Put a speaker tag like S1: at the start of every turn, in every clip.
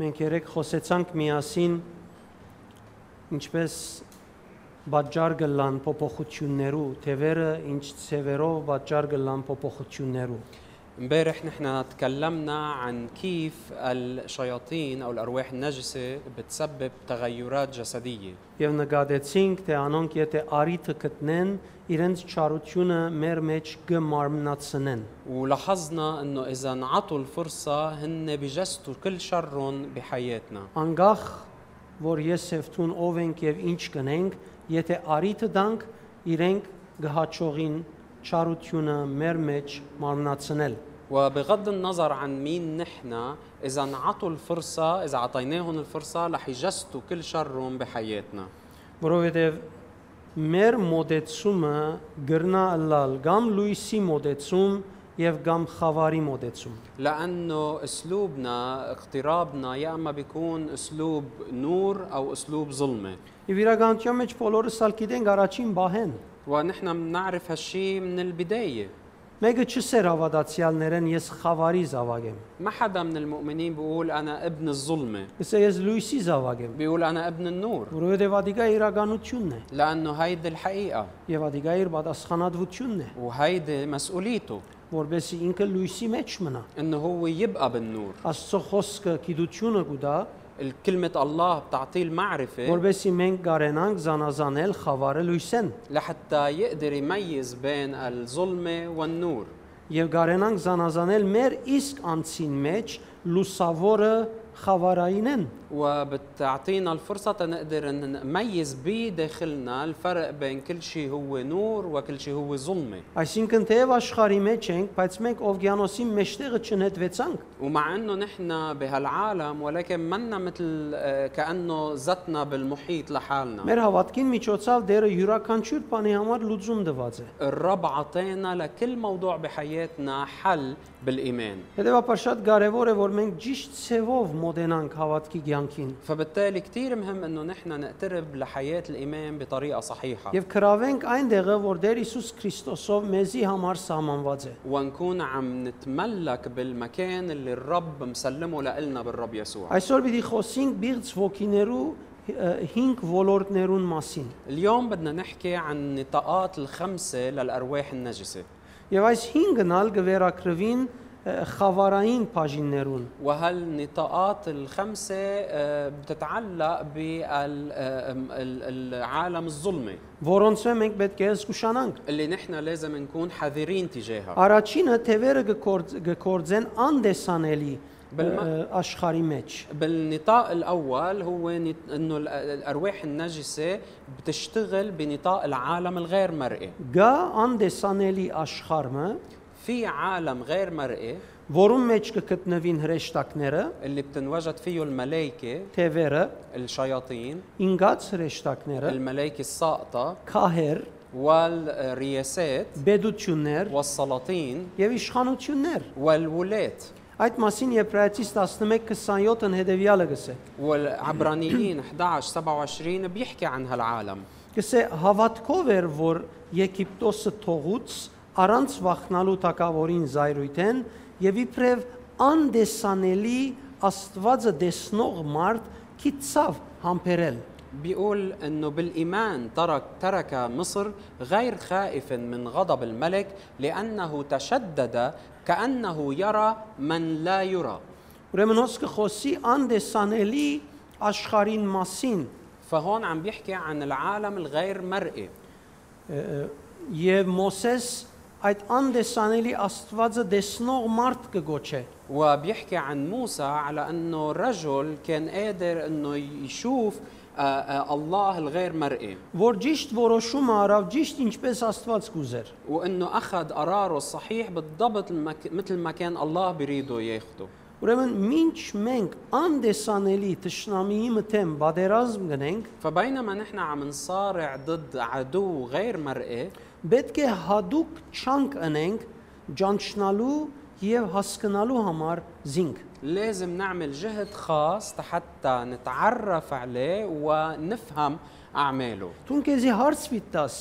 S1: Մենք երեք խոսեցանք միասին ինչպես բաճար գլան փոփոխություններու, թևերը ինչ ծևերով բաճար գլան փոփոխություններու։
S2: امبارح نحن تكلمنا عن كيف الشياطين او الارواح النجسه بتسبب تغيرات جسديه
S1: Եվ նկատեցինք, թե անոնք եթե արիթը գտնեն, իրենց ճարությունը մեր մեջ գմարմնացնեն։
S2: ولاحظنا انه اذا انعطوا الفرصه هن بجسدوا كل شر بحياتنا
S1: Անգախ որ ես եւ ցուն ով ենք եւ ինչ կնենք, եթե արիթը դանք, իրենք գահաճողին ճարությունը մեր մեջ մարմնացնել։
S2: وبغض النظر عن مين نحن اذا انعطوا الفرصه اذا اعطيناهم الفرصه رح يجسدوا كل شر بحياتنا
S1: որովհետև մեր մոդեցումը գրնալալ կամ լույսի մոդեցում եւ կամ խավարի մոդեցում
S2: لانه اسلوبنا اقترابنا يا اما بيكون اسلوب نور او اسلوب ظلمه
S1: եւ իրականության մեջ բոլորս ալ գիտենք առաջին բահեն
S2: ونحن بنعرف هالشي من البدايه
S1: մեկը չսեր հավատացյալներեն ես խավարի զավակ եմ
S2: ما حدا من المؤمنين بيقول انا ابن الظلمه
S1: ասա ես լույսի զավակ եմ
S2: بيقول انا ابن النور
S1: որովհետև ադիգա իրականությունն է
S2: لانه هيدي الحقيقه
S1: եւ ադիգա իր պատասխանատվությունն է
S2: وهيدي مسؤوليته
S1: որբեսի ինքը լույսի մեջ մնա
S2: انه هو يبقى بالنور
S1: աստծո խոսքը գիտությունը գուտա
S2: كلمه الله بتعطيه المعرفه
S1: որբեսի մենք կարենանք զանազանել խավարը լույսեն
S2: لحتى يقدر يميز بين الظلمه والنور
S1: եւ գարենանք զանազանել մեր իսկ անցին մեջ լուսավորը խավարայինեն
S2: وبتعطينا الفرصة تنقدر نميز بداخلنا الفرق بين كل شيء هو نور وكل شيء هو ظلمة
S1: այսինքն թեև աշխարհի մեջ ենք բայց մենք օվկիանոսի մեջտեղը չնետվեցանք
S2: ومع انه نحن بهالعالم ولكن منا مثل آه، كانه زتنا بالمحيط لحالنا
S1: մեր հավատքին միջոցով դերը յուրաքանչյուր բանի համար լուծում դված է
S2: الرب عطينا لكل موضوع بحياتنا حل بالايمان
S1: հետեւաբար շատ կարեւոր է որ մենք ճիշտ ցևով մոտենանք հավատքի ցանկին
S2: فبالتالي كثير مهم انه نحن نقترب لحياه الايمان بطريقه صحيحه
S1: եւ կրավենք այն դեղը որ Տեր Հիսուս Քրիստոսով մեզի համար սահմանված է
S2: ونكون عم نتملك بالمكان اللي الرب مسلمه لنا بالرب يسوع
S1: այսօր պիտի խոսենք բիղծ ոգիներու 5 ոլորտներուն մասին
S2: اليوم بدنا نحكي عن النطاقات الخمسه للارواح النجسه
S1: Եվ այս 5-ն ալ գվերակրվին ը, խավարային բաժիններուն։
S2: وهالنطاقات الخمسة آه، بتتعلق آه، بالعالم الظلمي
S1: Որոնցով մենք պետք է զգուշանանք։
S2: اللي نحن لازم نكون حذرين تجاهها
S1: Առաջինը թևերը գործ- գործեն անդեսանելի
S2: Բլմա-
S1: ը, աշխարի մեջ։
S2: بالنطاق الأول هو نت- إنه ال- الأرواح النجسة بتشتغل بنطاق العالم الغير مرئي
S1: Գա անդեսանելի աշխարհը,
S2: في عالم غير مرئي
S1: որում մեջ կգտնվին հրեշտակները,
S2: اللي بتنوجد فيه الملائكة
S1: թևերը,
S2: الشياطين
S1: ինգած հրեշտակները,
S2: الملائكة الساقطة
S1: քահեր,
S2: والرياسات
S1: բեդություններ
S2: والسلاطين
S1: եւ իշխանություններ։
S2: والولاة
S1: Այդ մասին Եբրայեցիս 11:27-ն հետեւյալը գսե։
S2: والعبرانيين 11 27 بيحكي عن هالعالم
S1: Գսե հավատքով էր որ Եգիպտոսը թողուց առանց վախնալու թակավորին զայրույթ են եւ իբրև անդեսանելի Աստվածը դեսնող մարդ քիծավ համբերել։
S2: بيقول انه بالايمان ترك ترك مصر غير خائف من غضب الملك لانه تشدد كانه يرى من لا يرى
S1: Ուրեմն ոնց կխոսի անդեսանելի աշխարհին մասին
S2: فهون عم بيحكي عن العالم الغير مرئي
S1: եւ Մոսես այդ անդեսանելի Աստվածը դեսնող մարդ կգոչե։
S2: وبيحكي عن موسى على انه رجل كان قادر انه يشوف آه، آه، الله الغير مرئي
S1: Որ ճիշտ որոշումը արավ, ճիշտ ինչպես Աստված կուզեր։
S2: وانه اخذ قراره الصحيح بالضبط المك... مثل ما كان الله بيريده ياخده
S1: Ուրեմն ինչ մենք անդեսանելի ճշնամիի մտեմ բادرազմ գնենք,
S2: فبينما نحن عم نصارع ضد عدو غير مرئي
S1: պետք է հadoop չանկ ընենք ճանչնալու եւ հասկանալու համար զինք։
S2: لازم نعمل جهد خاص حتى نتعرف عليه ونفهم أعماله
S1: Դուն քեզի հարց պիտաս,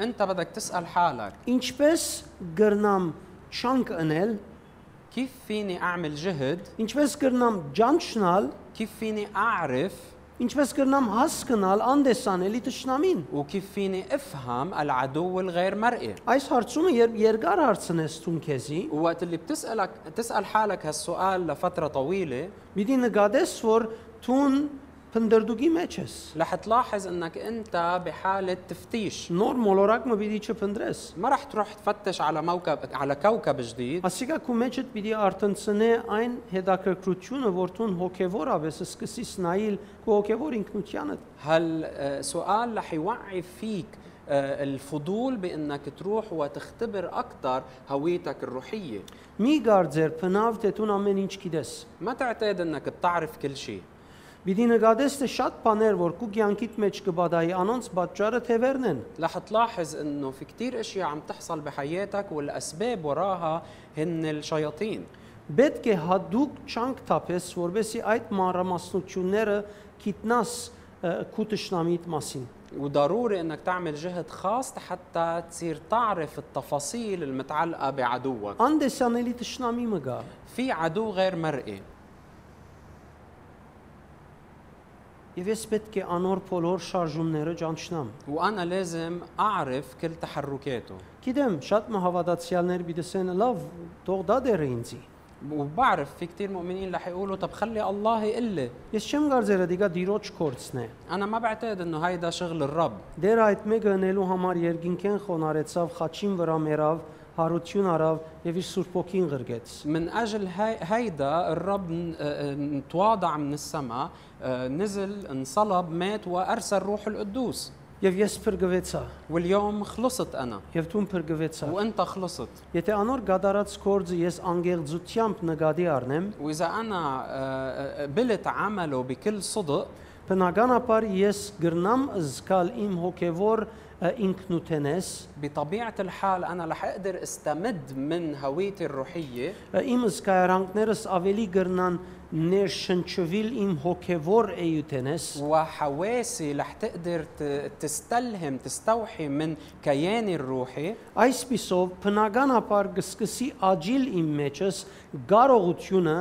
S2: أنت بدك تسأل حالك
S1: ինչպես գրնամ չանկ ընել
S2: كيف فيني أعمل جهد
S1: Ինչպես կրնամ ջանչնալ,
S2: كيف فيني أعرف
S1: ինչպես կրնամ հասկանալ անդեսանելի ճշնամին։
S2: وكيف فيني أفهم العدو الغير مرئي
S1: Այս հարցումը երբ երկար հարցնես ցուն քեզի,
S2: وقت اللي بتسألك تسأل حالك هالسؤال لفترة طويلة
S1: պիտի նկատես, որ ցուն փնդրդուկի մեջ ես։
S2: رح تلاحظ انك انت بحالة تفتيش
S1: Նոր մոլորակը պիտի չփնդրես։
S2: ما رح تروح تفتش على موكب على كوكب جديد
S1: Ասիկա քո մեջդ պիտի արտնցնե այն հետաքրքրությունը, որ ցուն հոգևորապես սկսի սնայել քո հոգևոր ինքնությանդ։
S2: هالسؤال آه، رح يوعي فيك آه، الفضول بانك تروح وتختبر اكثر هويتك الروحيه
S1: Մի գարձեր փնավ, թե ցուն ամեն ինչ գիտես։
S2: ما تعتاد انك بتعرف كل شيء
S1: Պիտի նկատես, թե շատ բաներ, որ քո կյանքիդ մեջ կբադայի, անոնց պատճառը թևերն են։
S2: رح تلاحظ انه في كتير اشياء عم تحصل بحياتك والاسباب وراها هن الشياطين
S1: Պետք է հadoop չանք տապես, որովհետեւ այդ մանրամասնությունները գիտնաս քու ճշնամիտ մասին։
S2: وضروري انك تعمل جهد خاص حتى تصير تعرف التفاصيل المتعلقه بعدوك
S1: Անդեսանելի ճշնամի մը գա։
S2: في عدو غير مرئي
S1: Եվ ես պետք է անոր բոլոր շարժումները ճանչնամ։
S2: وانا لازم اعرف كل تحركاته
S1: Գիտեմ, շատ մահավատացյալներ դեսեն լավ, թող դա դերը ինձի։
S2: وبعرف في كتير مؤمنين رح يقولوا طب خلي الله يقلي
S1: Ես չեմ կարծերը դիգա դիրոջ կորցն է։
S2: انا ما بعتقد انه هيدا شغل الرب
S1: Դեր այդ մեկը ընելու համար երկինքեն խոնարեցավ, խաչին վրա մերավ, հարություն արավ եւ իր Սուրբ ոգին ղրգեց։
S2: من اجل هي هيدا الرب ن- آه، آه، تواضع من السماء آه، نزل انصلب مات وارسل روح القدوس
S1: Եվ ես փրկվեցա,
S2: واليوم خلصت انا
S1: եւ դու փրկվեցա։
S2: وانت خلصت
S1: Եթե անոր գդարած կորձը ես անգեղծությամբ նկատի առնեմ,
S2: واذا انا آه، آه، قبلت عمله بكل صدق
S1: բնականաբար ես գրնամ զգալ իմ հոգեվոր ը, ինքնութենես,
S2: بطبيعه الحال انا رح اقدر استمد من هويتي الروحيه
S1: ը, իմ զգայարանքներս ավելի գրնան ներշնչվել իմ հոգեվոր էյութենես
S2: وحواسي رح تقدر ت- تستلهم تستوحي من كياني الروحي
S1: Այս պիսով բնականաբար կսկսի աճիլ իմ մեջս կարողությունը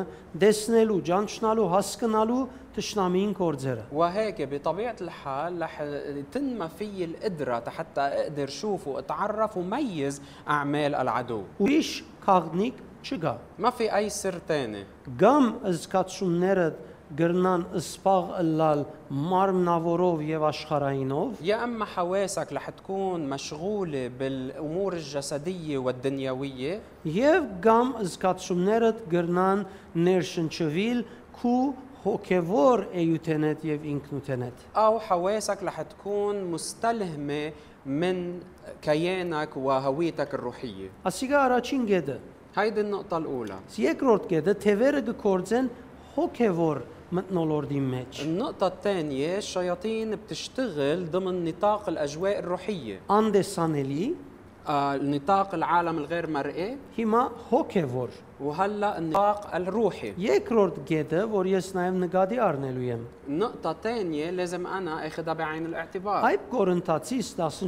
S1: դեսնելու, ճանչնալու, հասկանալու ճշնամին կորձերը։
S2: وهيك بطبيعة الحال رح تنمى في القدرة حتى أقدر شوف وأتعرف وميز أعمال العدو
S1: Ուրիշ քաղնիկ չկա։
S2: ما في أي سر تاني
S1: Գամ զգացումները գրնան սպաղ լալ մարմնավորով եւ աշխարհայինով,
S2: يا أما حواسك رح تكون مشغولة بالأمور الجسدية والدنيوية
S1: եւ գամ զգացումները գրնան ներշնչվել քու հոգեվոր էյութենետ եւ ինքնութենետ։
S2: أو حواسك رح تكون مستلهمة من كيانك وهويتك الروحية
S1: Ասիկա առաջին գեդը
S2: هيدي النقطة الأولى
S1: Երկրորդ կետը թևերը կկործեն հոգևոր մտնոլորդի մեջ։
S2: النقطة الثانية الشياطين بتشتغل ضمن نطاق الأجواء الروحية
S1: Անդեսանելի
S2: آه، نطاق العالم الغير مرئي
S1: հիմա հոգևոր։
S2: وهلا النطاق الروحي
S1: Երկրորդ կետը, որ ես նաև նկատի առնելու եմ,
S2: نقطة تانية لازم أنا أخذها بعين الاعتبار
S1: այդ Կորինթացիս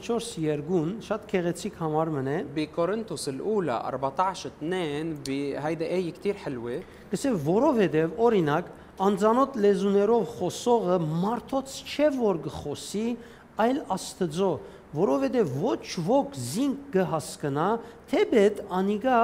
S1: 14:2-ն շատ քեղեցիկ համարմն է,
S2: بكورنثوس الأولى 14 2 بهيدا آية كتير حلوة
S1: ասե որովհետև օրինակ անծանոթ լեզուներով խոսողը մարդոց չէ որ գխոսի, այլ Աստծո, որովհետև ոչ ոք զինք կհասկնա, թեպետ անիգա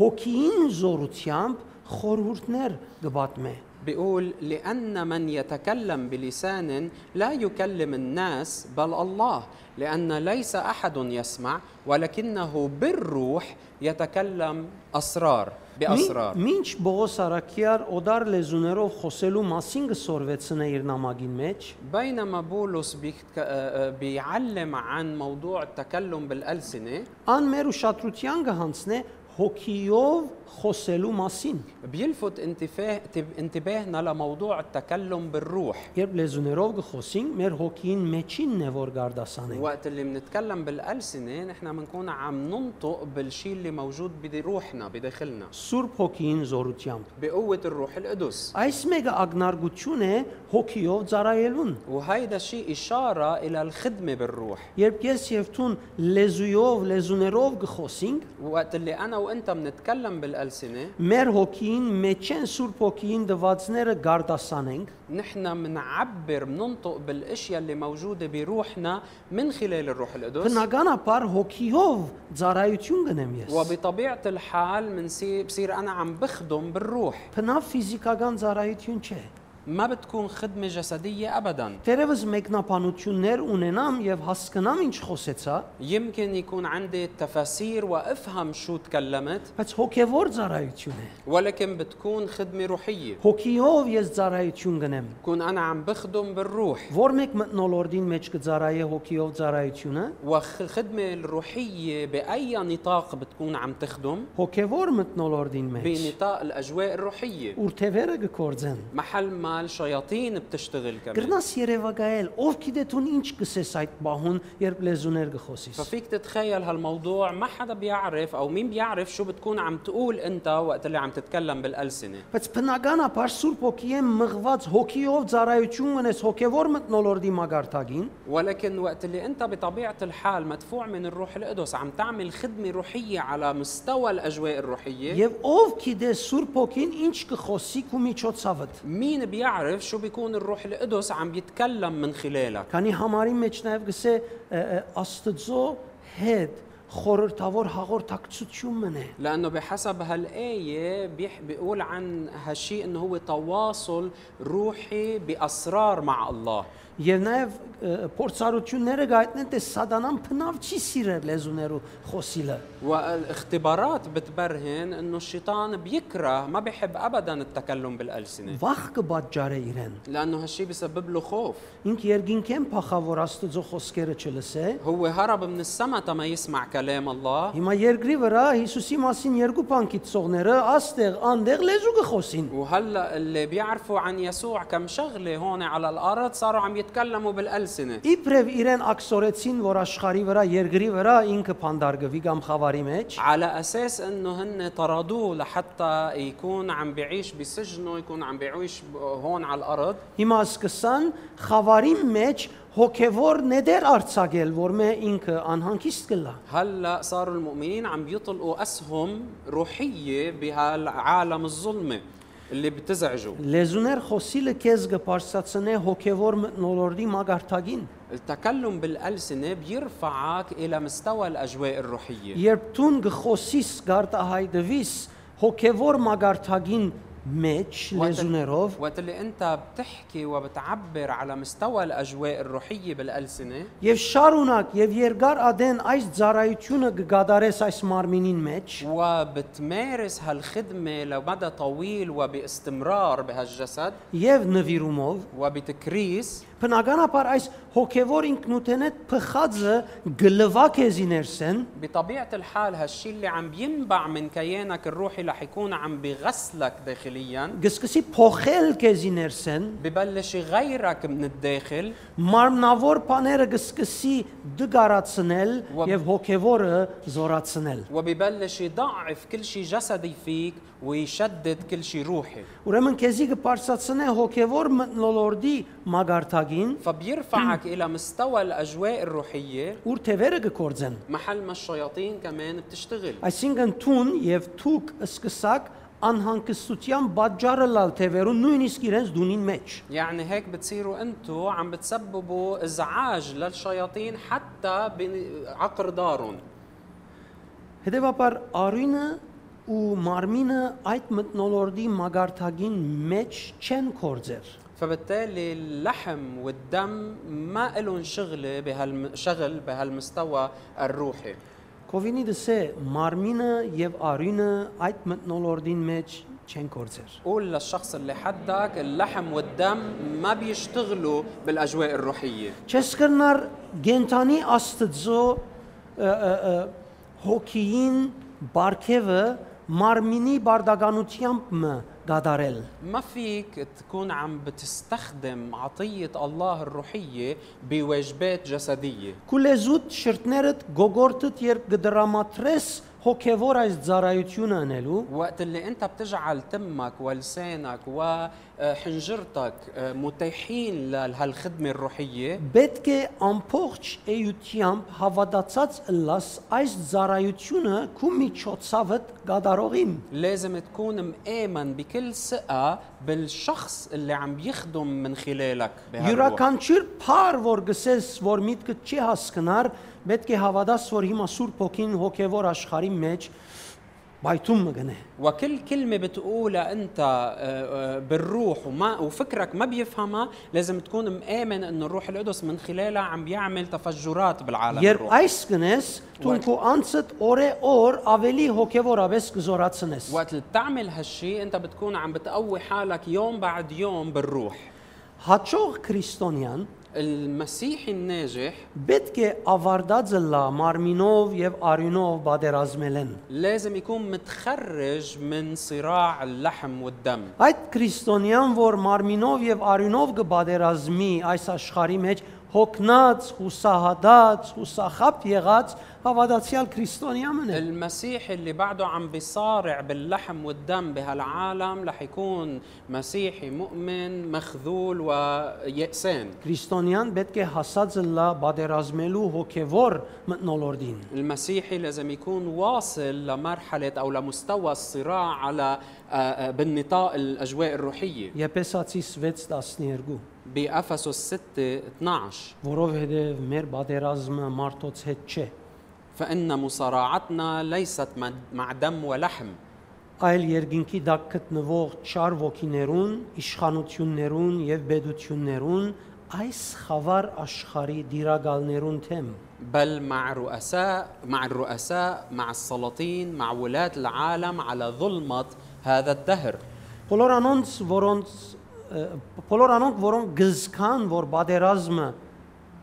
S1: հոգին զորությամբ խորհուրդներ կբատմե։
S2: بيقول لأن من يتكلم بلسان لا يكلم الناس بل الله لأن ليس أحد يسمع ولكنه بالروح يتكلم أسرار بأسرار
S1: Մինչ Բողոս Արաքյար օդար լեզուներով խոսելու մասին կսորվեցնե իր նամակին մեջ,
S2: بينما بولس بيك- آه، آه، بيعلم عن موضوع التكلم بالألسنة
S1: ան մեր ուշադրության կհանցնե հոգիով խոսելու մասին,
S2: بيلفت انتفاه تب- انتباهنا لموضوع التكلم بالروح
S1: երբ լեզուներով կխոսենք, մեր հոգին մեջինն է որ գարդասանենք։
S2: وقت اللي بنتكلم بالألسنة نحن بنكون عم ننطق بالشيء اللي موجود بروحنا بداخلنا
S1: Սուրբ հոգին զորությամբ։
S2: بقوة الروح القدس
S1: Այս մեկը ագնարգություն է հոգիով ծառայելուն։
S2: وهيدا الشيء إشارة إلى الخدمة بالروح
S1: Երբ ես եւ ցուն լեզուով, լեզուներով կխոսենք,
S2: وقت اللي أنا وأنت بنتكلم الألسنة
S1: Մեր հոգին մեջեն Սուրբ հոգին դվածները գարդասանենք
S2: نحن منعبر مننطق بالاشياء اللي موجوده بروحنا من خلال الروح القدس
S1: Բնականաբար հոգիով ծառայություն գնեմ ես։
S2: وبطبيعه الحال منصير بصير انا عم بخدم بالروح
S1: Փնավ ֆիզիկական ծառայություն չէ։
S2: ما بتكون خدمه جسديه ابدا
S1: Տերևս մեկնաբանություններ ունենամ եւ հասկանամ ինչ խոսեցա,
S2: يمكن يكون عندي تفاسير وافهم شو تكلمت
S1: բայց հոգեվոր ծառայություն է։
S2: ولكن بتكون خدمه روحيه
S1: Հոգիով ես ծառայություն գնեմ։
S2: كون انا عم بخدم بالروح
S1: Որ մեկ մտնոլորդին մեջ կծառայե հոգիով ծառայությունը,
S2: والخدمه الروحيه باي نطاق بتكون عم تخدم
S1: հոգեվոր մտնոլորդին մեջ
S2: بنطاق الاجواء الروحيه
S1: ուրթևերը կկործեն։
S2: محل ما الشياطين بتشتغل كمان
S1: Գրնաս Երևանայել, ով գիտե տուն ինչ կսես այդ բահուն, երբ լեզուներ կխոսես։
S2: ففيك تتخيل هالموضوع ما حدا بيعرف او مين بيعرف شو بتكون عم تقول انت وقت اللي عم تتكلم بالالسنه
S1: Բայց բնականաբար Սուրբ Հոգի է մղված հոգիով ծառայություն ունես հոգևոր մտնոլորդի մագարտագին,
S2: ولكن وقت اللي انت بطبيعه الحال مدفوع من الروح القدس عم تعمل خدمه روحيه على مستوى الاجواء الروحيه
S1: եւ ով գիտե Սուրբ Հոգին ինչ կխոսի քո միջոցավդ։
S2: مين بيعرف شو بيكون الروح القدس عم يتكلم من خلالك
S1: Քանի համարի մեջ նաեւ գսե ը, ը, Աստծո հետ խորհրդավոր հաղորդակցություն մնե։
S2: لانه بحسب هالايه بيح- بيقول عن هالشيء انه هو تواصل روحي باسرار مع الله
S1: Եվ նաեւ ը, փորձառությունները գայտնեն թե սատանան փնավ չի սիրել լեզուներու խոսիլը։
S2: والاختبارات بتبرهن انه الشيطان بيكره ما بيحب ابدا التكلم بالالسنه
S1: Վախ կբաճարե իրեն։
S2: لانه هالشي بسبب له خوف
S1: Ինք երկինքեն փախավոր Աստծո խոսքերը չլսե։
S2: هو هرب من السما تما يسمع كلام الله
S1: Հիմա երկրի վրա Հիսուսի մասին երկու բանկից ծողները աստեղ անդեղ լեզու գխոսին։
S2: وهلا اللي بيعرفوا عن يسوع كم شغله هون على الارض صاروا عم يتكلموا بالالسنه
S1: Իբրև իրեն ակսորեցին, որ աշխարի վրա, երկրի վրա ինքը փանդարգվի կամ խավարի մեջ,
S2: على اساس انه هن طردوه لحتى يكون عم بيعيش بسجنه يكون عم بيعيش ب- هون على الارض
S1: հիմա սկսան խավարի մեջ հոգևոր ներ արցակել, որ մե ինքը անհանգիստ կլա։
S2: هلا صاروا المؤمنين عم بيطلقوا اسهم روحيه بهالعالم الظلمه اللي بتزعجه
S1: Լեզուներ խոսիլը քեզ կբարձրացնե հոգևոր մտնոլորդի մագարտագին։
S2: التكلم بالالسنه بيرفعك الى مستوى الاجواء الروحيه
S1: Երբ դուն գխոսիս գարտահայտվիս հոգևոր մագարտագին մեջ լեզուներով,
S2: وقت اللي انت بتحكي وبتعبر على مستوى الاجواء الروحيه بالالسنه
S1: Եվ շարունակ եւ երկար ադեն այս ծառայությունը կգադարես այս մարմինին մեջ,
S2: وبتمارس هالخدمه لمدى طويل وباستمرار بهالجسد
S1: եւ նվիրումով,
S2: وبتكريس
S1: բնականաբար այս հոգեվոր ինքնութենետ փխածը գլվա քեզի ներսեն,
S2: بطبيعه الحال هالشي اللي عم ينبع من كيانك الروحي رح يكون عم بغسلك داخليا
S1: գսկսի փոխել քեզի ներսեն,
S2: ببلش يغيرك من الداخل
S1: մարմնավոր բաները գսկսի դգարացնել
S2: Ու-
S1: եւ հոգեվորը զորացնել։
S2: وببلش يضعف كل شيء جسدي فيك ويشدد كل شيء روحي
S1: Ուրեմն քեզի կբարձրացնե հոգեվոր մտնոլորդի մագարտագին,
S2: فبيرفعك الى مستوى الاجواء الروحيه
S1: ուր թևերը կկործեն։
S2: محل ما الشياطين كمان بتشتغل
S1: Այսինքն ցուն եւ թուք սկսակ անհանգստության պատճառը լալ թևերու նույնիսկ իրենց դունին մեջ։
S2: يعني هيك بتصيروا انتوا عم بتسببوا ازعاج للشياطين حتى بعقر دارهم
S1: Հետևաբար արույնը ու մարմինը այդ մտնոլորդի մագարտագին մեջ չեն կործեր։
S2: فبالتالي اللحم والدم ما لهم شغله بهالشغل بهالمستوى الروحي
S1: Կովինի դսե մարմինը եւ արույնը այդ մտնոլորդին մեջ չեն կործեր։
S2: قول للشخص اللي حدك اللحم والدم ما بيشتغلوا بالاجواء الروحيه
S1: Չես կրնար գենտանի աստծո ը, ը, ը, հոգին բարգևը մարմինի բարդականությամբ մը գադարել։
S2: ما فيك تكون عم بتستخدم عطيه الله الروحيه بواجبات جسديه
S1: Կուլեզուտ շրտներդ գոգորտդ երբ գդրամատրես հոգևոր այս ծառայությունը անելու
S2: وقت اللي انت بتجعل تمك ولسانك وحنجرتك آه، متيحين لهالخدمه الروحيه
S1: պետք է ամբողջ էությամբ հավատացած լաս այս ծառայությունը քու միջոցավդ գդարողին
S2: لازم تكون مآمن بكل ثقة بالشخص اللي عم يخدم من خلالك بهالروح.
S1: յուրաքանչյուր բար որ գսես որ միտքը չի հասկնար պետք է հավատաս որ հիմա Սուրբ Հոգին հոգևոր աշխարհի մեջ բայթում մգնե
S2: وكل كلمة بتقولها أنت آه، آه، بالروح وما وفكرك ما بيفهمها لازم تكون مآمن أن الروح القدس من خلالها عم بيعمل تفجرات بالعالم
S1: Երբ
S2: الروح.
S1: այս գնես դու քո անցդ օրե օր ավելի հոգևորապես կզորացնես
S2: وقت اللي بتعمل هالشي أنت بتكون عم بتقوي حالك يوم بعد يوم بالروح
S1: հաճող քրիստոնյան
S2: المسيحي الناجح
S1: Պետք է ավարտած լա մարմինով եւ արյունով բادرազմելեն։
S2: لازم يكون متخرج من صراع اللحم والدم
S1: Այդ քրիստոնյան, որ մարմինով եւ արյունով կբادرազմի այս աշխարհի մեջ, հոգնած, հուսահատած, հուսախապ եղած հավատացյալ քրիստոնյամն է։
S2: المسيح اللي بعده عم بيصارع باللحم والدم بهالعالم رح يكون مسيحي مؤمن مخذول ويأسان
S1: Քրիստոնյան պետք է հասած լա բادرազմելու հոգեվոր մտնոլորդին։
S2: المسيحي لازم يكون واصل لمرحلة أو لمستوى الصراع على آه، آه، بالنطاق الأجواء الروحية
S1: Եփեսացի 6:12
S2: بأفسس 6 12
S1: որովհետև մեր բادرազմը մարդոց հետ չէ,
S2: فإن مصارعتنا ليست مع- مع دم ولحم
S1: այլ երկինքի դակ գտնվող չար ոգիներուն, իշխանություններուն եւ բեդություններուն այս խավար աշխարի դիրագալներուն թեմ։
S2: بل مع رؤساء مع الرؤساء مع السلاطين مع ولاة العالم على ظلمة هذا الدهر
S1: Բոլոր անոնց, որոնց ը, բոլոր անոնք, որոնք գզքան, որ բادرազմը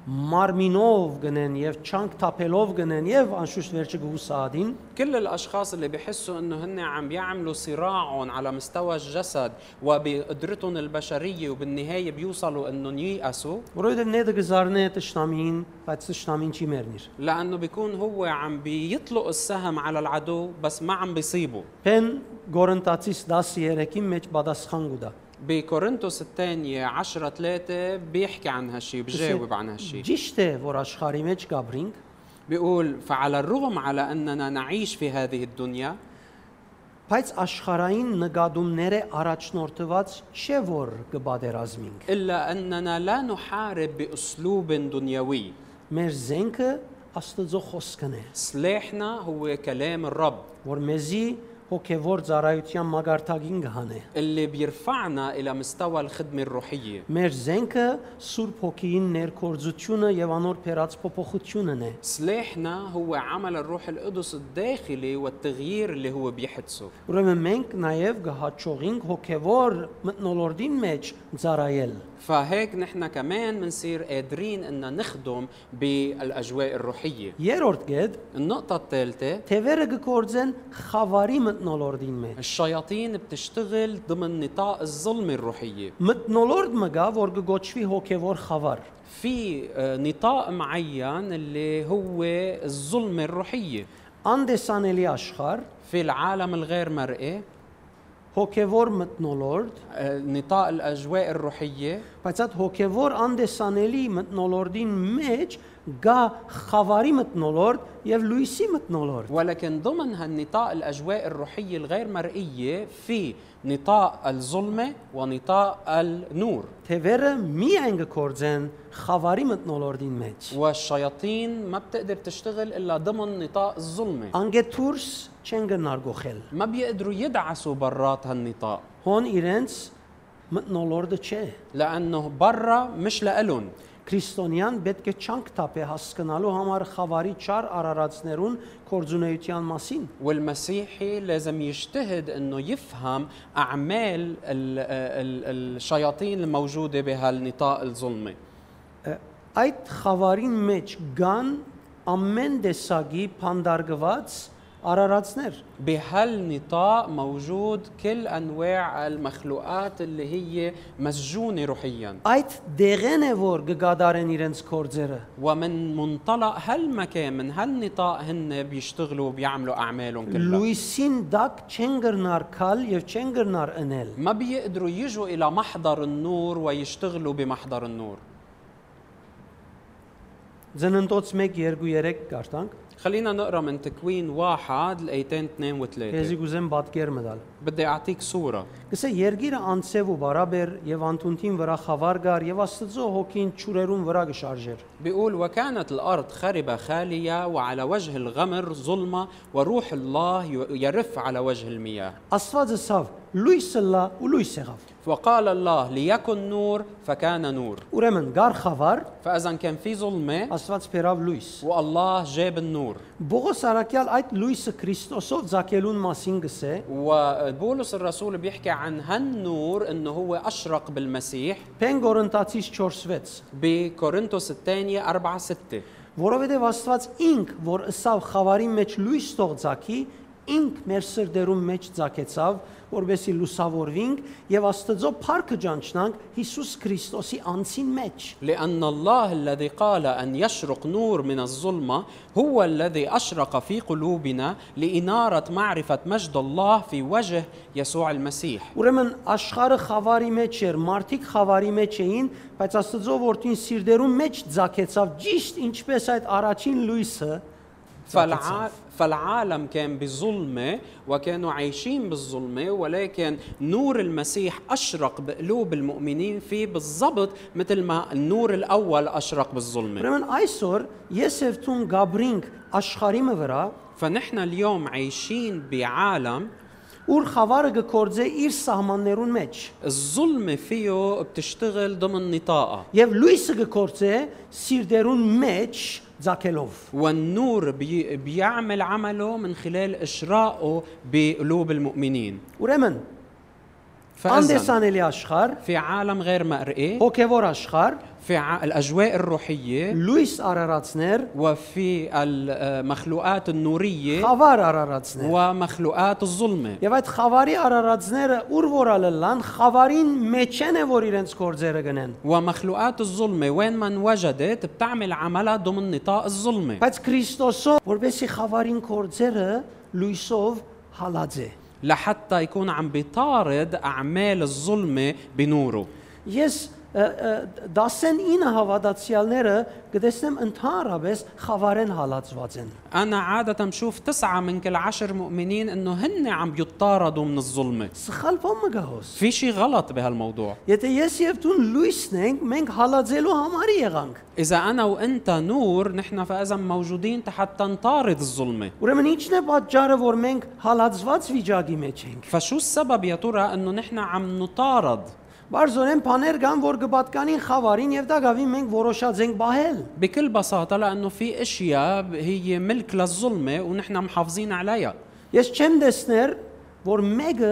S1: մարմինով գնեն եւ չանք թափելով գնեն եւ անշուշտ վերջը գուսադին,
S2: كل الأشخاص اللي بحسوا أنه هن عم بيعملوا صراعهم على مستوى الجسد وبقدرتهم البشرية وبالنهاية بيوصلوا أنهم ييأسوا
S1: որովհետեւ նեդը գզարնե տշնամին, բայց տշնամին չի մեռնիր։
S2: لأنه بيكون هو عم بيطلق السهم على العدو بس ما عم بيصيبه
S1: Փեն Գորընտացիս 13-ի մեջ պատասխան գուտա։
S2: بكورنثوس الثانية 10 3 بيحكي عن هالشي بجاوب عن هالشي
S1: Ճիշտ է, որ աշխարհի մեջ գաբրինք,
S2: بيقول فعلى الرغم على أننا نعيش في هذه الدنيا
S1: բայց աշխարհային նկատումները առաջնորդված չէ որ կբادرազմինք։
S2: إلا أننا لا نحارب بأسلوب دنيوي
S1: Մեր զենքը Աստծո խոսքն է,
S2: سلاحنا هو كلام الرب
S1: որ մեզի հոգևոր ծառայության մագարտագին կհանե։
S2: اللي بيرفعنا إلى مستوى الخدمة الروحية
S1: Մեր զենքը Սուրբ Հոգին ներկործությունը եւ անոր փերած փոփոխությունն է։
S2: سلاحنا هو عمل الروح القدس الداخلي والتغيير اللي هو بيحدثه
S1: Ուրեմն մենք նաեւ գահաճողինք հոգևոր մտնոլորդին մեջ ծառայել։
S2: فهيك نحن كمان منصير قادرين أن نخدم بالأجواء الروحية
S1: Երորդ կետ՝
S2: النقطة الثالثة
S1: թևերը կգործեն խավարի մտնոլորդին մեջ։
S2: الشياطين بتشتغل ضمن نطاق الظلمة الروحية
S1: Մտնոլորդ մգա, որ կգոչվի հոգևոր խավար։
S2: في آه، نطاق معين اللي هو الظلمة الروحية
S1: Անդեսանելի աշխարհ,
S2: في العالم الغير مرئي
S1: հոգևոր մտնոլորդ,
S2: آه، نطاق الأجواء الروحية
S1: բայց այդ հոգևոր անդեսանելի մտնոլորդին մեջ գա խավարի մտնոլորդ եւ լույսի մտնոլորդ։
S2: ولكن ضمن هالنطاق الأجواء الروحية الغير مرئية في نطاق الظلمة ونطاق النور
S1: Թևերը միայն կգործեն խավարի մտնոլորդին մեջ։
S2: والشياطين ما بتقدر تشتغل إلا ضمن نطاق الظلمة
S1: Անգեթուրս չեն գնար գողել։
S2: ما بيقدروا يدعسوا برات هالنطاق
S1: Հոն իրենց մտնոլորդը չէ։
S2: لأنه برا مش لإلن
S1: Քրիստոնյան պետք է չանք տապե հասկանալու համար խավարի չար արարածներուն կորձունեության մասին։
S2: والمسيحي لازم يجتهد انه يفهم اعمال ال ال ال الشياطين الموجوده بهالنطاق الظلمي
S1: Այդ խավարին մեջ կան ամեն տեսակի փանդարգված արարածներ։
S2: بهالنطاق موجود كل انواع المخلوقات اللي هي مسجونه روحيا
S1: Այդ դեղեն է որ գկադարեն իրենց կորձերը։
S2: ومن منطلق هالمكان من هالنطاق هن بيشتغلوا وبيعملوا اعمالهم كلها
S1: Լույսին դակ չեն գրնար քալ եւ չեն գրնար ընել։
S2: ما بيقدروا يجوا الى محضر النور ويشتغلوا بمحضر النور
S1: Ձնընտոց 1 2 3 կարդանք։
S2: خلينا نقرا من تكوين واحد الايتين اثنين وثلاثه
S1: Քեզի գուզեմ պատկեր մտալ։
S2: بدي اعطيك صوره
S1: Գսե երգիրը անցև ու բարաբեր եւ անտունտին վրա խավար գար եւ Աստծո հոգին ճուրերուն վրա գշարժեր։
S2: بيقول وكانت الأرض خربة خالية وعلى وجه الغمر ظلمة وروح الله يرف على وجه المياه
S1: Աստվածը ասավ. Լույսը լա ու լույս եղավ։
S2: وقال الله ليكن نور فكان نور
S1: Ուրեմն գար խավար,
S2: فإذا كان في ظلمة
S1: Աստված փերավ լույս։
S2: والله جاب النور
S1: Բողոս Արաքյալ այդ լույսը Քրիստոսով ցակելուն մասին գսե,
S2: وبولس الرسول بيحكي عن هالنور انه هو اشرق بالمسيح
S1: Փեն Գորընտացից 4:6,
S2: بكورنثوس الثانية 4 6
S1: որովհետև Աստված ինք, որ ըսավ խավարի մեջ լույս տող ցակի, ինք մեր սրդերում մեջ ցակեցավ, որբեսի լուսավորվինք եւ Աստծո փառքը ճանչնանք Հիսուս Քրիստոսի անցին մեջ։
S2: لأن الله الذي قال أن يشرق نور من الظلمة هو الذي أشرق في قلوبنا لإنارة معرفة مجد الله في وجه يسوع المسيح
S1: Ուրեմն աշխարը խավարի մեջ էր, մարդիկ խավարի մեջ էին, բայց Աստծո որդին սիրդերում մեջ ցակեցավ ճիշտ ինչպես այդ առաջին լույսը
S2: فالع... فالعالم كان بظلمة وكانوا عايشين بالظلمة ولكن نور المسيح أشرق بقلوب المؤمنين فيه بالضبط مثل ما النور الأول أشرق بالظلمة
S1: Ուրեմն այսօր ես եւ ցուն Գաբրինգ աշխարի մը վրա
S2: فنحن اليوم عايشين بعالم
S1: ուր խավարը գործե իր սահմաններուն մեջ
S2: الظلمة فيه بتشتغل ضمن نطاقها
S1: եւ լույսը գործե սիրդերուն մեջ ցակելով։
S2: والنور بي بيعمل عمله من خلال إشراقه بقلوب المؤمنين
S1: Ուրեմն
S2: فإذا
S1: անդեսանելի աշխար,
S2: في عالم غير مرئي
S1: հոգեվոր աշխար,
S2: في ع- الأجواء الروحية
S1: լույս արարածներ,
S2: وفي المخلوقات النورية
S1: խավար արարածներ
S2: ومخلوقات الظلمة
S1: Եվ այդ խավարի արարածները ուր որալը լան խավարին մեջ են է որ իրենց գործերը գնեն։
S2: ومخلوقات الظلمة وين ما انوجدت بتعمل عملها ضمن نطاق الظلمة
S1: Բայց Քրիստոսով, որբեսի խավարին գործերը լույսով հալած է։
S2: لحتى يكون عم بيطارد أعمال الظلمة بنوره
S1: Ես ը, ը, դասեն 9 հավատացյալները գտեսնեմ ընդհանրապես խավարեն հալածված են։
S2: أنا عادة بشوف تسعة من كل عشر مؤمنين إنه هن عم يطاردوا من الظلمة
S1: Սխալ բան մը գահոս։
S2: في شي غلط بهالموضوع
S1: Եթե ես եւ դու լույսն ենք, մենք հալածելու համարի եղանք։
S2: إذا أنا وأنت نور نحن فإذا موجودين حتى نطارد الظلمة
S1: Ուրեմն ի՞նչն է պատճառը, որ մենք հալածված վիճակի մեջ ենք։
S2: فشو السبب يا ترى إنه نحن عم نطارد
S1: Բարձորեն բաներ կան, որ կպատկանին խավարին եւ դա գավին մենք որոշած ենք բահել։
S2: بكل بساطة لأنه في أشياء هي ملك للظلمة ونحن محافظين عليها
S1: Ես չեմ տեսներ, որ մեկը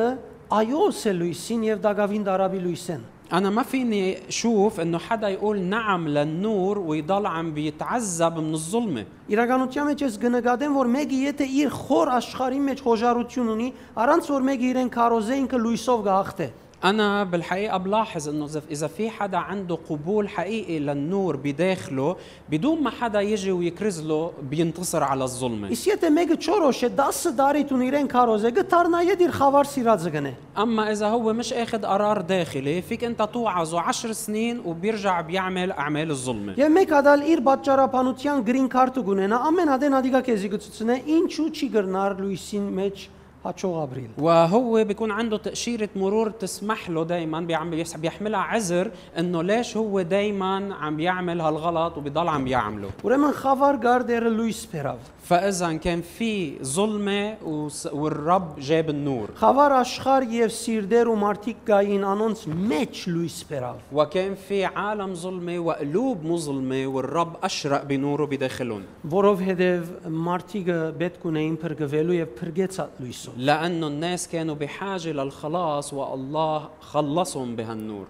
S1: այոս է լույսին եւ դա գավին դարաբի լույսեն։
S2: أنا ما فيني شوف إنه حدا يقول نعم للنور ويضل عم بيتعذب من الظلمة
S1: Իրականության մեջ ես գնկադեմ, որ մեկը եթե իր խոր աշխարհի մեջ խոժարություն ունի, առանց որ մեկը իրեն քարոզե ինքը լույսով գահախտե։
S2: أنا بالحقيقة بلاحظ إنه إذا- إذا في حدا عنده قبول حقيقي للنور بداخله بدون ما حدا يجي ويكرزله بينتصر على الظلمة
S1: Իսկ եթե մեկը չորոշ է 10 տարի տուն իրեն քարոզե, գտարնա իդ իր խավար սիրածը գնե։
S2: أما إذا هو مش أخذ قرار داخلي فيك أنت توعظه عشر سنين وبيرجع بيعمل أعمال الظلمة
S1: Եվ մեկ ադալ իր պատճառաբանության գրին քարտը գունենա, ամեն ադեն ադիգա քեզի գծուցնե, ինչու չի գրնար լույսին մեջ հաջող ապրիլ։
S2: وهو بيكون عنده تأشيرة مرور تسمح له دايما بيعم- بيس- بيحملها عذر انه ليش هو دايما عم بيعمل هالغلط وبيضل عم بيعمله
S1: Ուրեմն խավար գարդերը լույս բերավ։
S2: فاذا كان في ظلمة وس- والرب جاب النور
S1: Խավար աշխար եւ սիրդեր ու մարդիկ գային անոնց մեջ լույս բերավ։
S2: وكان في عالم ظلمة وقلوب مظلمة والرب أشرق بنوره بداخلهم
S1: Որովհետև մարդիկը պետք ունեին փրկվելու եւ փրկեց այդ լույսով։
S2: لأنه الناس كانوا بحاجة للخلاص والله خلصهم بهالنور